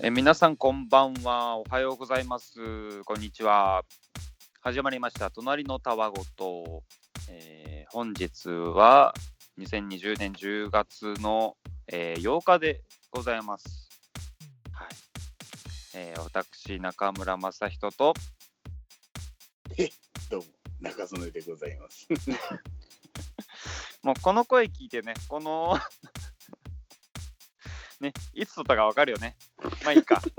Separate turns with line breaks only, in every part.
えー皆さんこんばんは。おはようございます。こんにちは。始まりました。隣のたわごと。えー本日は2020年10月の、えー8日でございます。はい。えー私、中村正人と、
どうも、中曽根でございます。
もうこの声聞いてね、この、ね、いつ撮ったかわかるよね。まあいいか。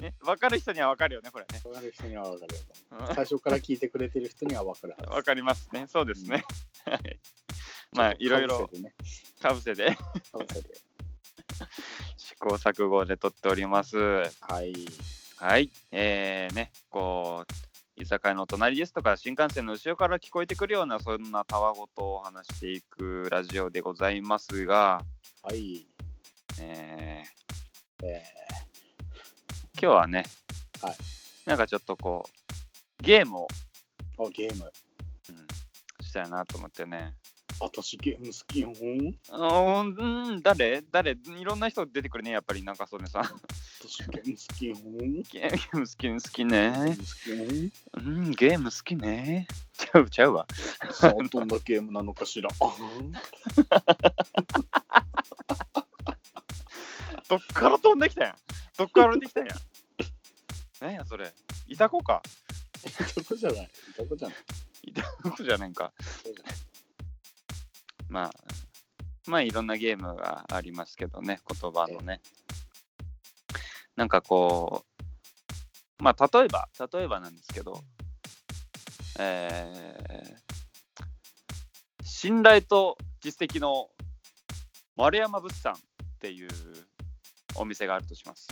ね、わかる人にはわかるよね、これね。
分かる人には分かるよ。
うん
最初から聞いてくれてる人には分かるはず。
わかりますね。そうですね。はい。まあ、いろいろ
被せてね
かぶせで
被せて
試行錯誤で撮っております。
はい。
はい。えー、ね、こう、居酒屋の隣ですとか、新幹線の後ろから聞こえてくるような、そんなたわごとを話していくラジオでございますが、
はい。
えー、
え
今日はね、
はい
なんかちょっとこう、ゲームを、
ー、あ、ゲーム。
うん、したいなと思ってね。
私ゲーム好きよ。
あのうん、誰誰いろんな人出てくるね、やっぱり、なんかそれさん。
私ゲーム好きよ。
ゲーム好き、好き
ゲーム
ね。
好きよ。
うん、ゲーム好きね。ちゃう、ちゃうわ。
さあ、どんなゲームなのかしら。あー
どっから飛んできたやん。どっから飛んできたやん。何や、それ。いたこか。
いとこじゃない。いとこじゃない。
僕じゃないんか。まあ、まあ、いろんなゲームがありますけどね、言葉のね。なんかこう、まあ、例えば、例えばなんですけど、えー信頼と実績の丸山物産っていうお店があるとします。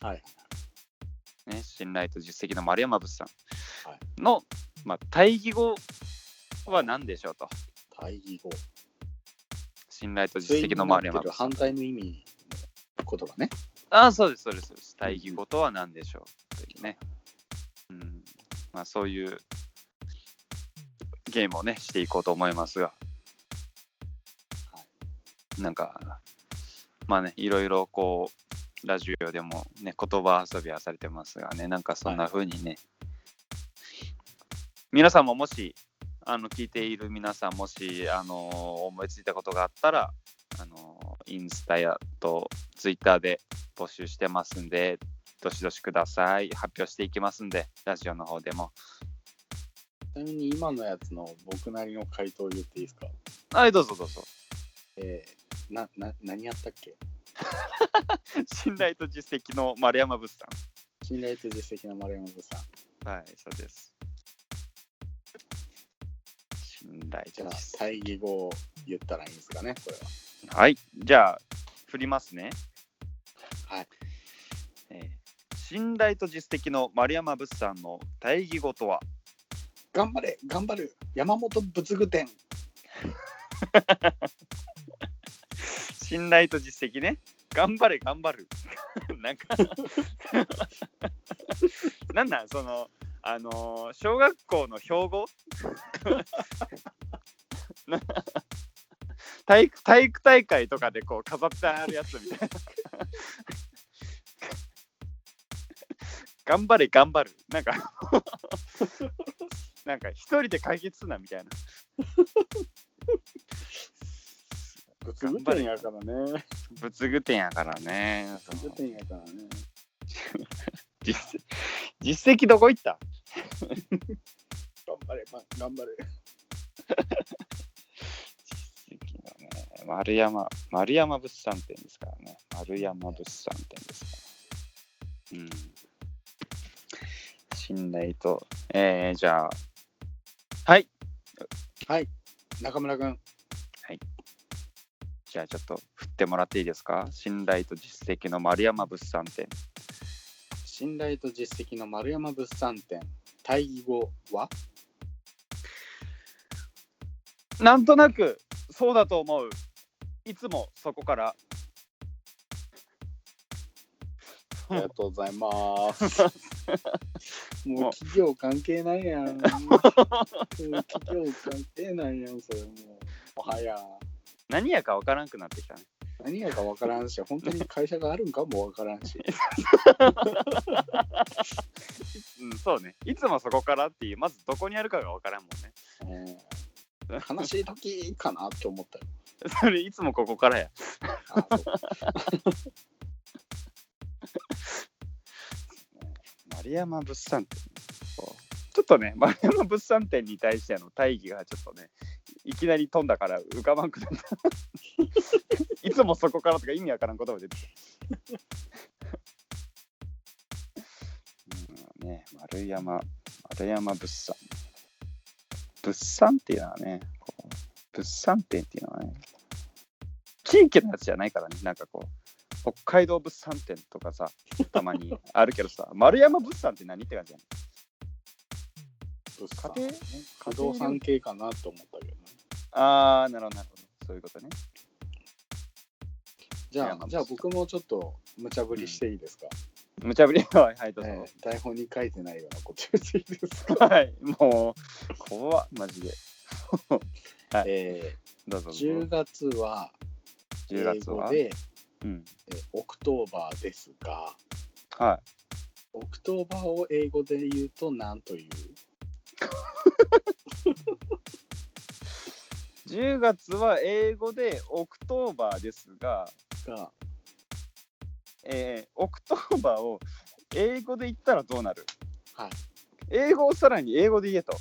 はい。
ね、信頼と実績の丸山物産
は
の、まあ、対義語は何でしょうと。
対義語。
信頼と実績の丸
対義語
山
ってる反対の意味の言葉ね。
ああ、そうです、そうですそうです。対義語とは何でしょうというね。うん。まあ、そういうゲームをね、していこうと思いますが。
は
なんか、まあね、いろいろこう、ラジオでもね、言葉遊びはされてますがね、なんかそんな風にね、皆さんももし、あの、聞いている皆さん、もし、あの思いついたことがあったら、あのインスタやとツイッターで募集してますんで、どしどしください。発表していきますんで、ラジオの方でも。
ちなみに今のやつの僕なりの回答を言っていいですか
はい、どうぞどうぞ。
えー、な、な、何やったっけ
信頼と実績の丸山物産。
信頼と実績の丸山さん。
はい、そうです。信頼
じ
と
ゃあ、
実績。
対義語を言ったらいいんですかね、これ
はい、じゃあ、振りますね。
は。はい。
えー信頼と実績の丸山物産の対義語とは
頑張れ、頑張る、山本仏具店。
信頼と実績ね。頑張れ、頑張る。 なんか、なんなん、その、あのー小学校の標語 な体育体育大会とかでこう飾ってあるやつみたいな。頑張れ、頑張る。なんか、なんか一人で解決すなみたいな。
仏具店やからね。
仏具店やからね。
仏具店やからね。
実実績どこ行った
頑張れ、ま、頑張れ。
実績のね、丸山、丸山物産店ですからね。丸山物産店ですから。うん。信頼と、えー、じゃあ、はい。
はい、中村君。
じゃあちょっと振ってもらっていいですか信頼と実績の丸山物産店。
信頼と実績の丸山物産店。対義語は
なんとなく、そうだと思う。いつもそこから。
ありがとうございます。 もう企業関係ない やん。もう企業関係ないやん、それもう。もはや。
何やかわからんくなってきたね。
何やか分からんし、本当に会社があるんかも分からんし。
うん、そうね。いつもそこからっていう、まずどこにあるかがわからんもんね。
うん悲しい時かなって思ったよ。
それいつもここからや。
あそう
丸山物産店。そうちょっとね、丸山物産店に対しての大義がちょっとね、いきなり飛んだから浮かばんくなった。 いつもそこからとか意味わからん言葉出てきた。うんね、丸山、丸山物産。物産っていうのはね、こう物産店っていうのはね、地域のやつじゃないからね、なんかこう、北海道物産展とかさ、たまにあるけどさ、丸山物産って何って感じやね
物
家
産
庭
不動産系かなと思ったけどね。
あー、なるほど、なるほど。そういうことね。
じゃ
山
あ、
口
じゃあ僕もちょっと無茶ぶりしていいですか、
無茶ぶり は、はい、どうぞ。
えー台本に書いてないようなこと言っていいで すか
はい、もう、怖っ、マジで。
え
どうぞ
ー
どうぞ。10
10月は英
月
語
は。
で、
うん。
えーオクトーバーですが、
は
オクトーバーを英語で言うと何という
い。10月は英語でオクトーバーですが、
か、
えー、オクトーバーを英語で言ったらどうなる
はい。
英語をさらに英語で言えと。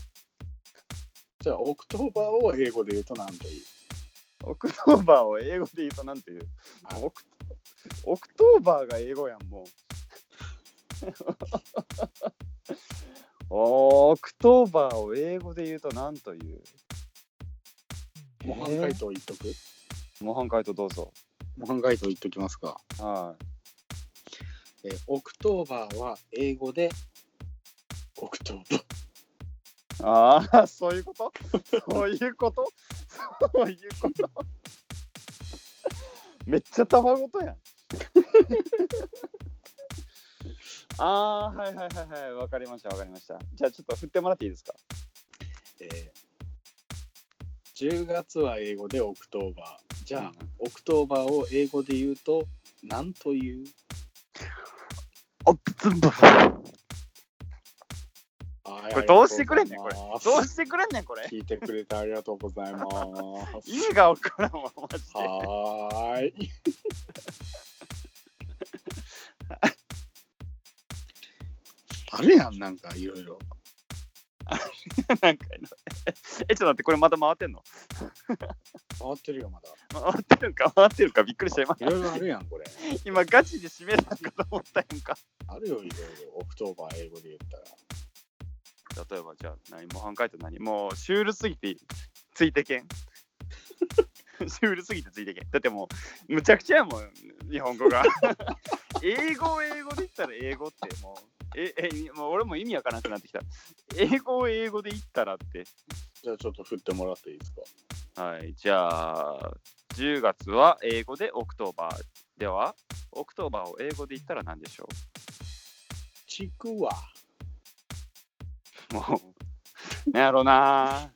じゃあオクトーバーを英語で言うと何という
オクトーバーを英語で言うとなんていう
はい
オクオクトーバーが英語やんもうオクトーバーを英語で言うとなんという
模範解答言っとく、
模範解答どうぞ
模範解答言っときますか、
はい
えーオクトーバーは英語でオクトーバー
ああそういうことそういうことそういうことめっちゃたまごとやんああはいはいはいはいわかりましたわかりましたじゃあちょっと振ってもらっていいですか
えー10月は英語でオクトーバーじゃあ、オクトーバーを英語で言うと何という
オプツンバーこれどうしてくれんねんこれどうしてくれんねんこれ
聞いてくれてありがとうござ います
意味がわからんわマジで
は ーいあれやんなんかいろいろ
なんかえちょっと待ってこれまた回ってんの
回ってるよまだ
回ってるんか回ってるんかびっくりしちゃいまし
いろいろあるやんこれ
た今ガチで締めたんかと思ったやんか
あるよいろいろオクトーバー英語で言ったら
例えばじゃあ何模範解答何もうシュールすぎてついて けんシュールすぎてついてけんだってもうむちゃくちゃやもん日本語が英語を英語で言ったら英語ってもうええもう俺も意味わからなくなってきた英語を英語で言ったらって
じゃあちょっと振ってもらっていいですか
はい、じゃあ、10月は英語でオクトーバー。では、オクトーバーを英語で言ったら何でしょ
ちくわ
うも う、なんやろうな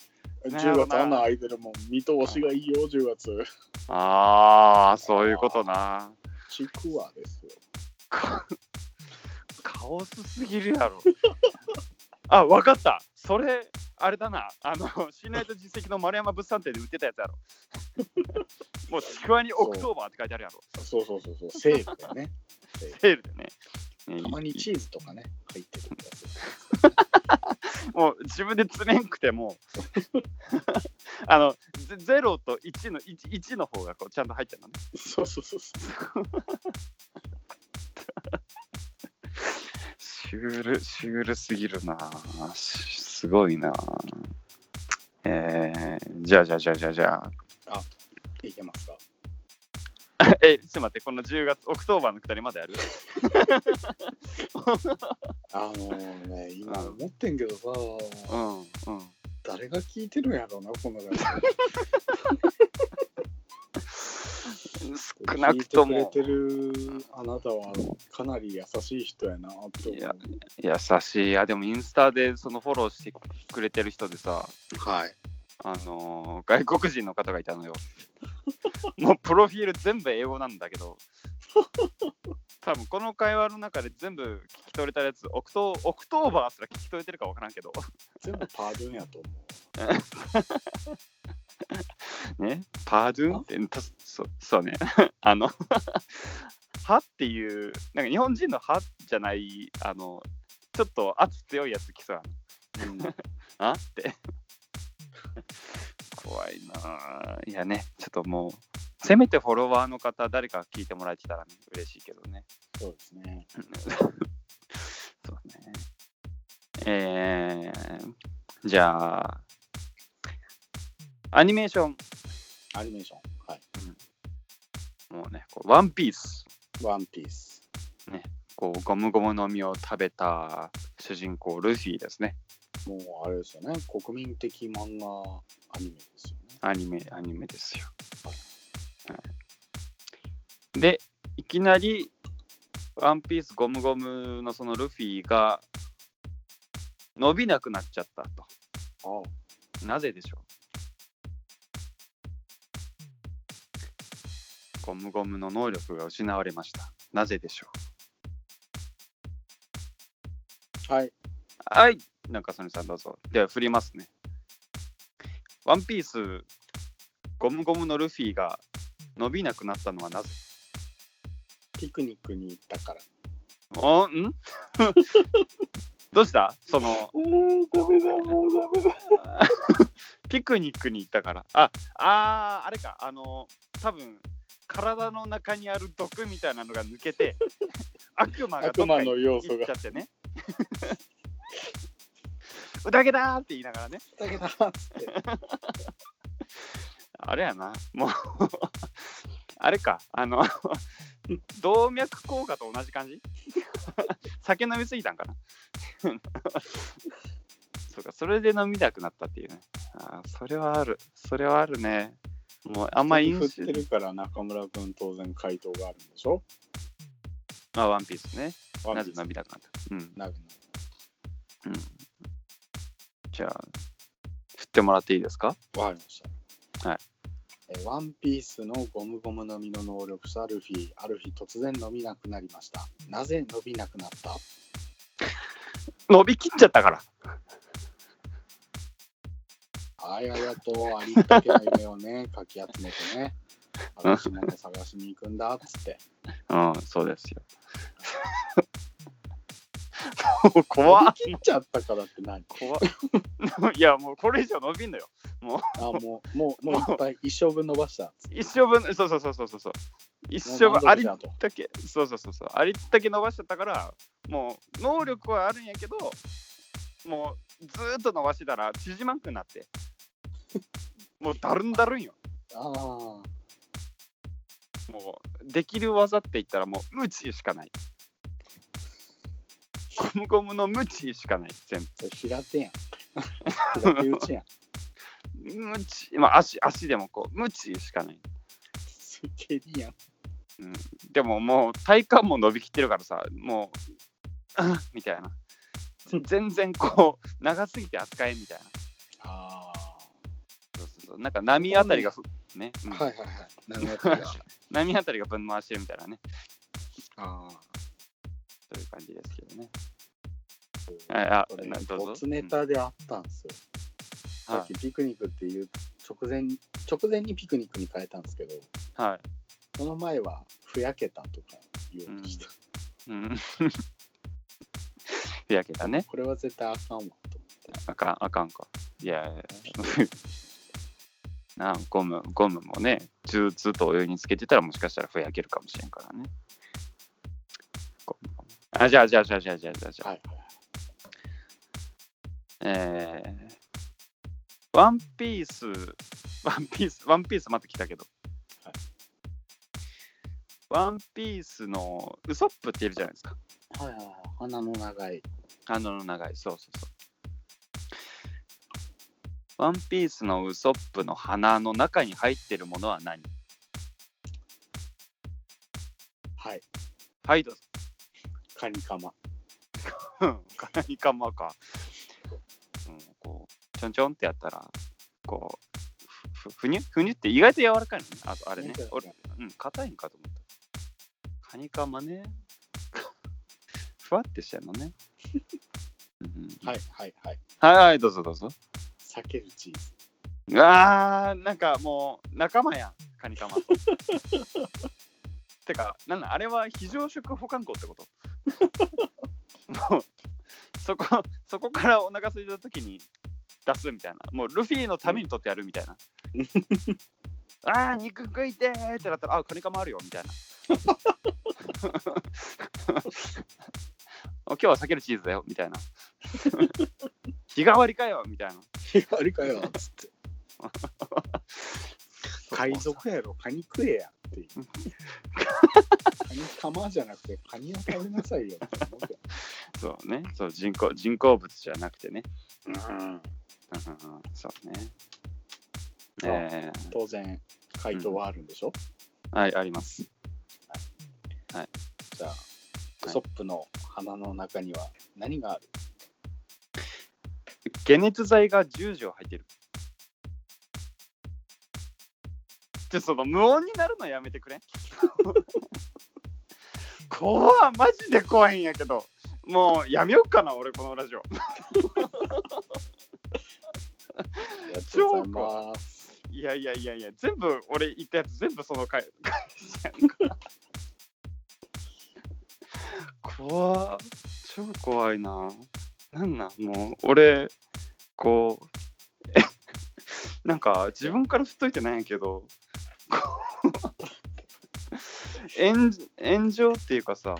ね
10月穴開いてるもん見通しがいいよ10月
あー、そういうことな。
ちくわですよ
かカオスすぎるや ろ。あ、わかった。それ、あれだな。あの、信頼と実績の丸山物産店で売ってたやつや ろ。もう、ちくわにオクトーバーって書いてあるやろ。
そうそうそうそうセールでね
セールでね。
たまにチーズとかね入ってるやつ
もう自分で釣れんくても あのゼゼロと1の 1, 1の方がこうちゃんと入ってるのね
そうそうそうそう
シュールシュールすぎるなぁしすごいなぁえー、じゃあじゃあじゃあじゃあじゃ
いけますか
あえちょっと待ってこの10月オクトーバーのくだりまだやる
あのね今
うん
思ってんけどさ、
うんうん
誰が聞いてるんやろうなこんな感じ
少なくと
聞い
も
てくれてるあなたはかなり優しい人やなって思
いうや優しいいやでもインスタでそのフォローしてくれてる人でさ
はい
あのー外国人の方がいたのよ。もうプロフィール全部英語なんだけど、多分この会話の中で全部聞き取れたやつ、オクトオクトーバーすら聞き取れてるか分からんけど、
全部パードゥンやと思
ね、パードゥンって、たそそうね、 あの、はっていう、なんか日本人のはじゃない、あの、ちょっと圧強いやつ来そうやな
う。うん、は
あって。 怖いなあいやね、ちょっともう、せめてフォロワーの方、誰か聞いてもらえてたら、ね、嬉しいけどね。
そうですね。
そうね。えー、じゃあ、アニメーション、
アニメーション。はい。
もうね、こうワンピース、
ワンピース。
こうゴムゴムの実を食べた主人公、ルフィですね。
もうあれですよね。国民的漫画アニメですよね。
アニメ、アニメですよ。はいで、いきなり、ワンピースゴムゴムのそのルフィが伸びなくなっちゃったと。
ああ、
なぜでしょうゴムゴムの能力が失われました。なぜでしょ
はい。
うはい、中曽根さんどうぞ。では振りますね。ワンピースゴムゴムのルフィが伸びなくなったのはなぜ
ピクニックに行ったから。
おん どうしたその
うん、ダメだ、もうダメだ。
ピクニックに行ったからああーあれかあの多分体の中にある毒みたいなのが抜け て悪魔がどっ
悪
か
魔
に
の要素
行っ
が
ちゃ。ってね うだけだーって言いながらね
だけだっつって。
あれやなもうあれかあの動脈硬化と同じ感じ酒飲みすぎたんかなそうかそれで飲みたくなったっていうねあーそれはあるそれはあるねもうあんま
人に
印
振
象
ってるから中村君当然回答があるんでしょ
まあワンピースね
ワ
な
ン
ぜ
ピース
飲みたくなったうん、うん、
なる
じゃあ振ってもらっていいですか
のわかりました。
はい
えー。ワンピースのゴムゴムの実の能力者ルフィ、ある日突然伸びなくなりました。なぜ伸びなくなった
伸びきっちゃったから
はい、ありがとう。ありったけな夢をね、 かき集めてね。私も探しに行くんだっつって。
うん、そうですよ。 もう怖っ
切っちゃったからって何
怖っ いや、もうこれ以上伸びんのよ。
あ、もう、もう、もういっぱい一生分伸ばしたっつって。
一生分、そうそうそうそうそうそう。一生
もう
分、あ
満足
りっ
だと
たけ、そうそうそうそう、ありったけ伸ばしちゃったから、もう能力はあるんやけど、もうずーっと伸ばしてたら縮まんくなって。 もうだるんだるんよ。
ああ。
もうできる技って言ったらもう無知しかない。ゴムゴムの無知しかない、全部。
それ平手やん。平手打ちやん。
無知、まあ足、足でもこう、無知しかない。
すげえいいやん。
でももう体幹も伸びきってるからさ、もう、 あみたいな。全然こう、長すぎて扱えんみたいな。
あ
そうそうそうなんか波あたりがふ、ね、う
あ。
ん
はいはいはい。なるほど。
波あたりが分回してるみたいなね。
あ
そういう感じですけどね。
あ。
あ、あ
これ
などうぞ。
ボツネタであったんですよ。
うん
さっきピクニックっていう直前直前にピクニックに変えたんですけど、
うんはい。
その前はふやけたとか言おうとした。
うん。 日焼けたね。
これは絶対あかんわと思って。
あかん、あかんか。いやいやいやなあゴム、ゴムもね、ずずっとお湯につけてたらもしかしたらふやけるかもしれんからね。ゴムあ、じゃあ、じゃあ、じゃあ、じゃあ、じゃあ、じゃあ、じゃあ
はいはい。
えー、ワンピース、ワンピース、ワンピースまた来たけど。
はい
ワンピースのウソップっているじゃないですか。
はいはいはい。鼻の長い。
あの長い、そうそうそう。ワンピースのウソップの花の中に入ってるものは何
はい。
はい、どうぞ。
カニカマ。
うんカニカマか。うん、こう、ちょんちょんってやったら、こう、ふふふにゅふにゅって意外と柔らかいのね。ああれね
柔ら。かい
俺、うん、硬いんかと思った。カニカマ ね。ふわってしちゃうのね。うん
はいはいはい。
はいはい、どうぞどうぞ。
避けるチーズ。
あー、なんかもう仲間やん、カニカマと。てか、なんなんあれは非常食保管庫ってこともうそこ、そこからお腹空いた時に出すみたいな。もうルフィのために取ってやるみたいな。あー、肉食いてーってなったら、あ、カニカマあるよみたいな。 今日は避けるチーズだよみたいな。 日替わりかよみたいな。
あれかよ、つって。海賊やろ、カニ食えやっていう。カニ玉じゃなくて、カニを食べなさいよって思って。
そうね、そう人工人工物じゃなくてね。
うん
うんうんうんそうね。
そう
え
当然、回答はあるんでしょ、
ー、はい、あります。
じゃあ、クソップの鼻の中には何がある
解熱剤が10錠入ってる。ちょ、その無音になるのやめて くれん怖っマジで怖いんやけど。もうやめよっかな、俺、このラジオ。
ありがとうございます。
いやいやいやいや、全部、俺言ったやつ、全部その回。怖っ超怖いな。なんなん、もう、俺、こう、え なんか、自分から振っといてないんやけど、こう炎炎上っていうかさ、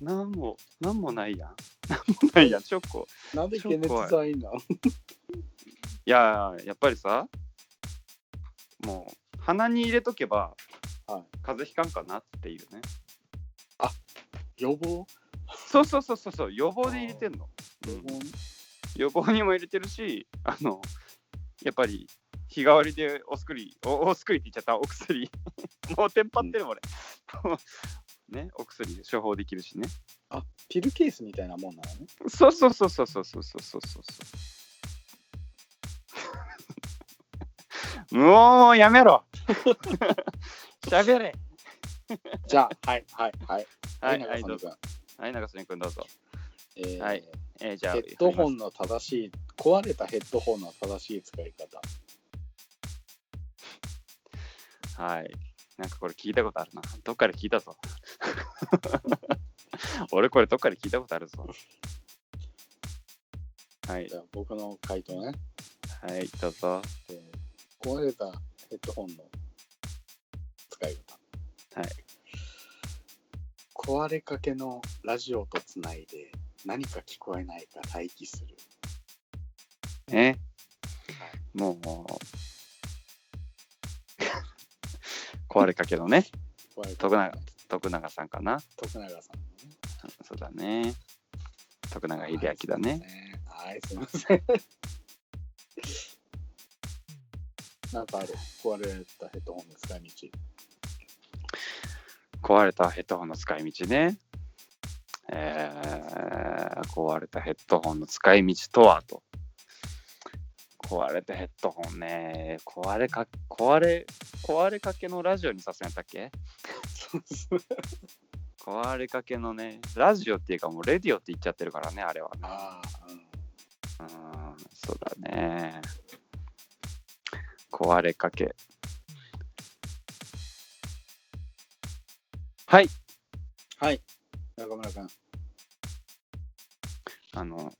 なんも、なんもないやん。なんもないやん、チョコ。
なんで解熱剤なの
いやーやっぱりさもう鼻に入れとけば、
はい
風邪ひかんかなっていうね
予防
そうそうそうそうそう予防で入れてんの、う
予
ん
防
予防にも入れてるしあのやっぱり日替わりでお薬おお薬って言っちゃったお薬 もうテンパってるもん俺、 ねお薬処方できるしね
あ、ピルケースみたいなもんなのね。
そうそうそうそうそうそうそうそう そう。もうやめろ。 喋れ。
じゃあ、はいはいはい。
はい、
上
は
中
い、
さん
どうぞ。
が
はい、長瀬君どうぞ。
えー
はいえー、じゃあ、
ヘッドホ
ン。
ンの正しい、壊れたヘッドホンの正しい使い方。
はい。なんかこれ聞いたことあるな。どっかで聞いたぞ。俺これどっかで聞いたことあるぞ。はい
じ、ゃあ、僕の回答ね。
はい、どうぞ。
えー壊れたヘッドホンの使い方
はい
壊れかけのラジオとつないで何か聞こえないか待機する
ね。もう、壊れかけどね。
壊れかけ
徳
の
永徳永さんかな。
徳永さんのね
そうだね。徳永英明だね。
はいすいませんはいすいません なんかある壊れたヘッドホンの使い道
壊れたヘッドホンの使い道ね。えー、壊れたヘッドホンの使い道とはと。壊れたヘッドホンね。壊れか、壊れ、壊れかけのラジオにさせんやったっけ壊れかけのね、ラジオっていうかもうレディオって言っちゃってるからね、あれはね。
ああ、う
う
ん、
ん、そうだね。壊れかけ。はい。
はい中村君
あの、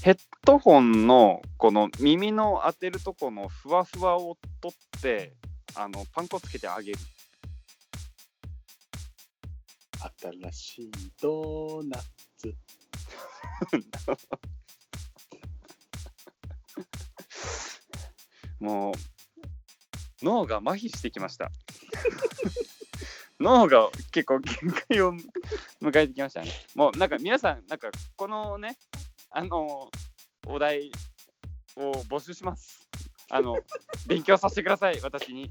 ヘッドホンのこの耳の当てるとこのふわふわを取って、あのパン粉つけてあげる。
新しいドーナツ
もう、脳が麻痺してきました。脳が結構限界を迎えてきましたね。もうなんか皆さん、なんかこのね、あの、お題を募集します。あ の、勉強させてください、私に。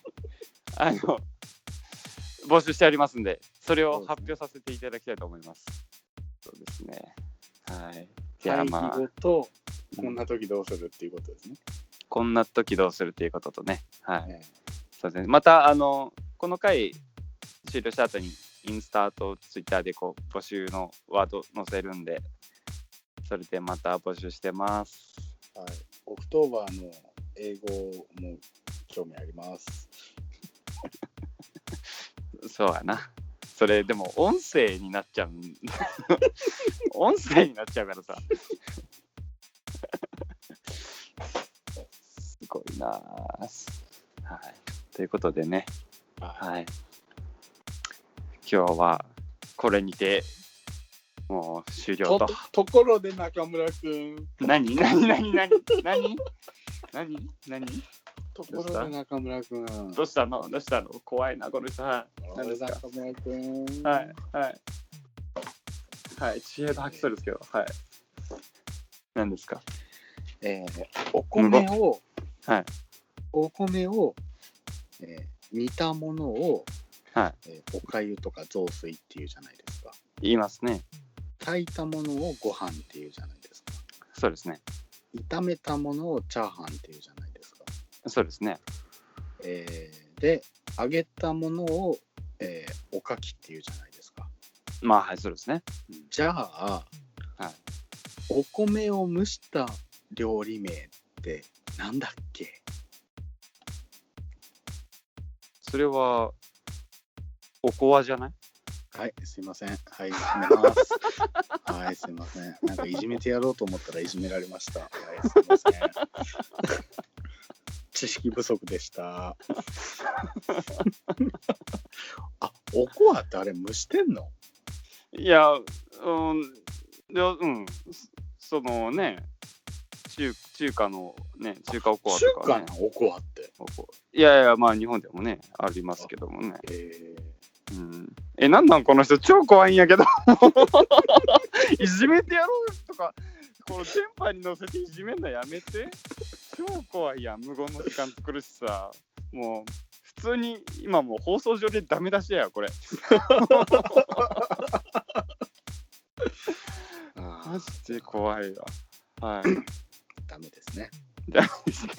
あの、募集してありますんで、それを発表させていただきたいと思います。そうですね。はい。じゃあ
会議
まあ、
語とこんな時どうするっていうことですね。
こんな時どうするっていうこととね。はい。
ええ
そうですね。また、あの、この回終了した後に、インスタとツイッターでこう募集のワード載せるんで、それでまた募集してます。
はい、オクトーバーの英語も興味あります。
そうやな。それでも音声になっちゃう。 音声になっちゃうからさ。すごいなあはい。ということでね、
は
はい。今日はこれにて、もう終
い、
了
と
と。
ところで中村くん、
何何何何何何何
ところで中村くん、
どうしたのどうしたの怖いな、この人。はい
とこ
何
ろ
で
です
か
中村くん、
はい、はい。はい、知恵の吐きそうですけど、はい。何ですか
えーお米を、
はい、
お米を、えー煮たものを、
はい
えーおかゆとか雑炊っていうじゃないですか。
言いますね。
炊いたものをご飯っていうじゃないですか。
そうですね。
炒めたものをチャーハンっていうじゃないですか。
そうですね。
えーで揚げたものを、えーおかきっていうじゃないですか
まあ、はい、そうですね。
じゃあ、
はい
お米を蒸した料理名ってなんだっけ
それは、おこわじゃない
はいすいませんはい閉めますはいすいませんなんかいじめてやろうと思ったらいじめられましたはいすいません知識不足でした。 あ、おこわってあれ蒸してんの？
いや、うん、いや、うん、そのね、中中華のね、中華おこわ
中
とか、
華
ね
な、おこわって。
おこいやいや、まあ、日本でもね、ありますけどもね。
えー
うん、え、なんなんこの人、超怖いんやけど。 いじめてやろうとか、この電波に乗せていじめんのやめて。超怖いやん、無言の時間作るしさ。もう、普通に今もう放送上でダメ出しやよ、これ。マ
あ
ジで怖いわ。はい。
ダメですね。
じゃあですね、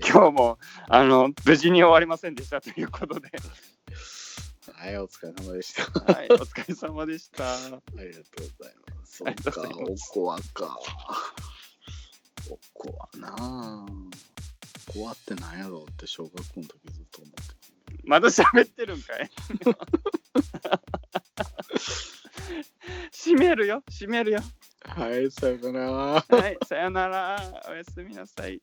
今日も、あの、無事に終わりませんでしたということで、
はい、お疲れ様でした。あ
はい、お疲れ様でした。
りがとうございます。
ありがと
そっ
う
か、
ござい
おこわか。おこわなあ。おこわってなんやろうって小学校の時ずっと思って
まだ喋ってるんかい閉めるよ閉めるよ
た。はい、さよなら。
はいさよならおやすみなさい